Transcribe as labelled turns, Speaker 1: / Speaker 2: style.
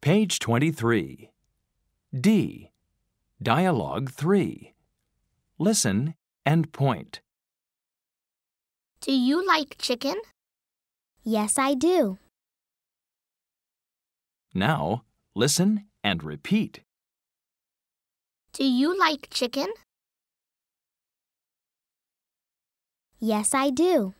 Speaker 1: Page 23. D. Dialogue 3. Listen and point.
Speaker 2: Do you like chicken?
Speaker 3: Yes, I do.
Speaker 1: Now, listen and repeat.
Speaker 2: Do you like chicken?
Speaker 3: Yes, I do.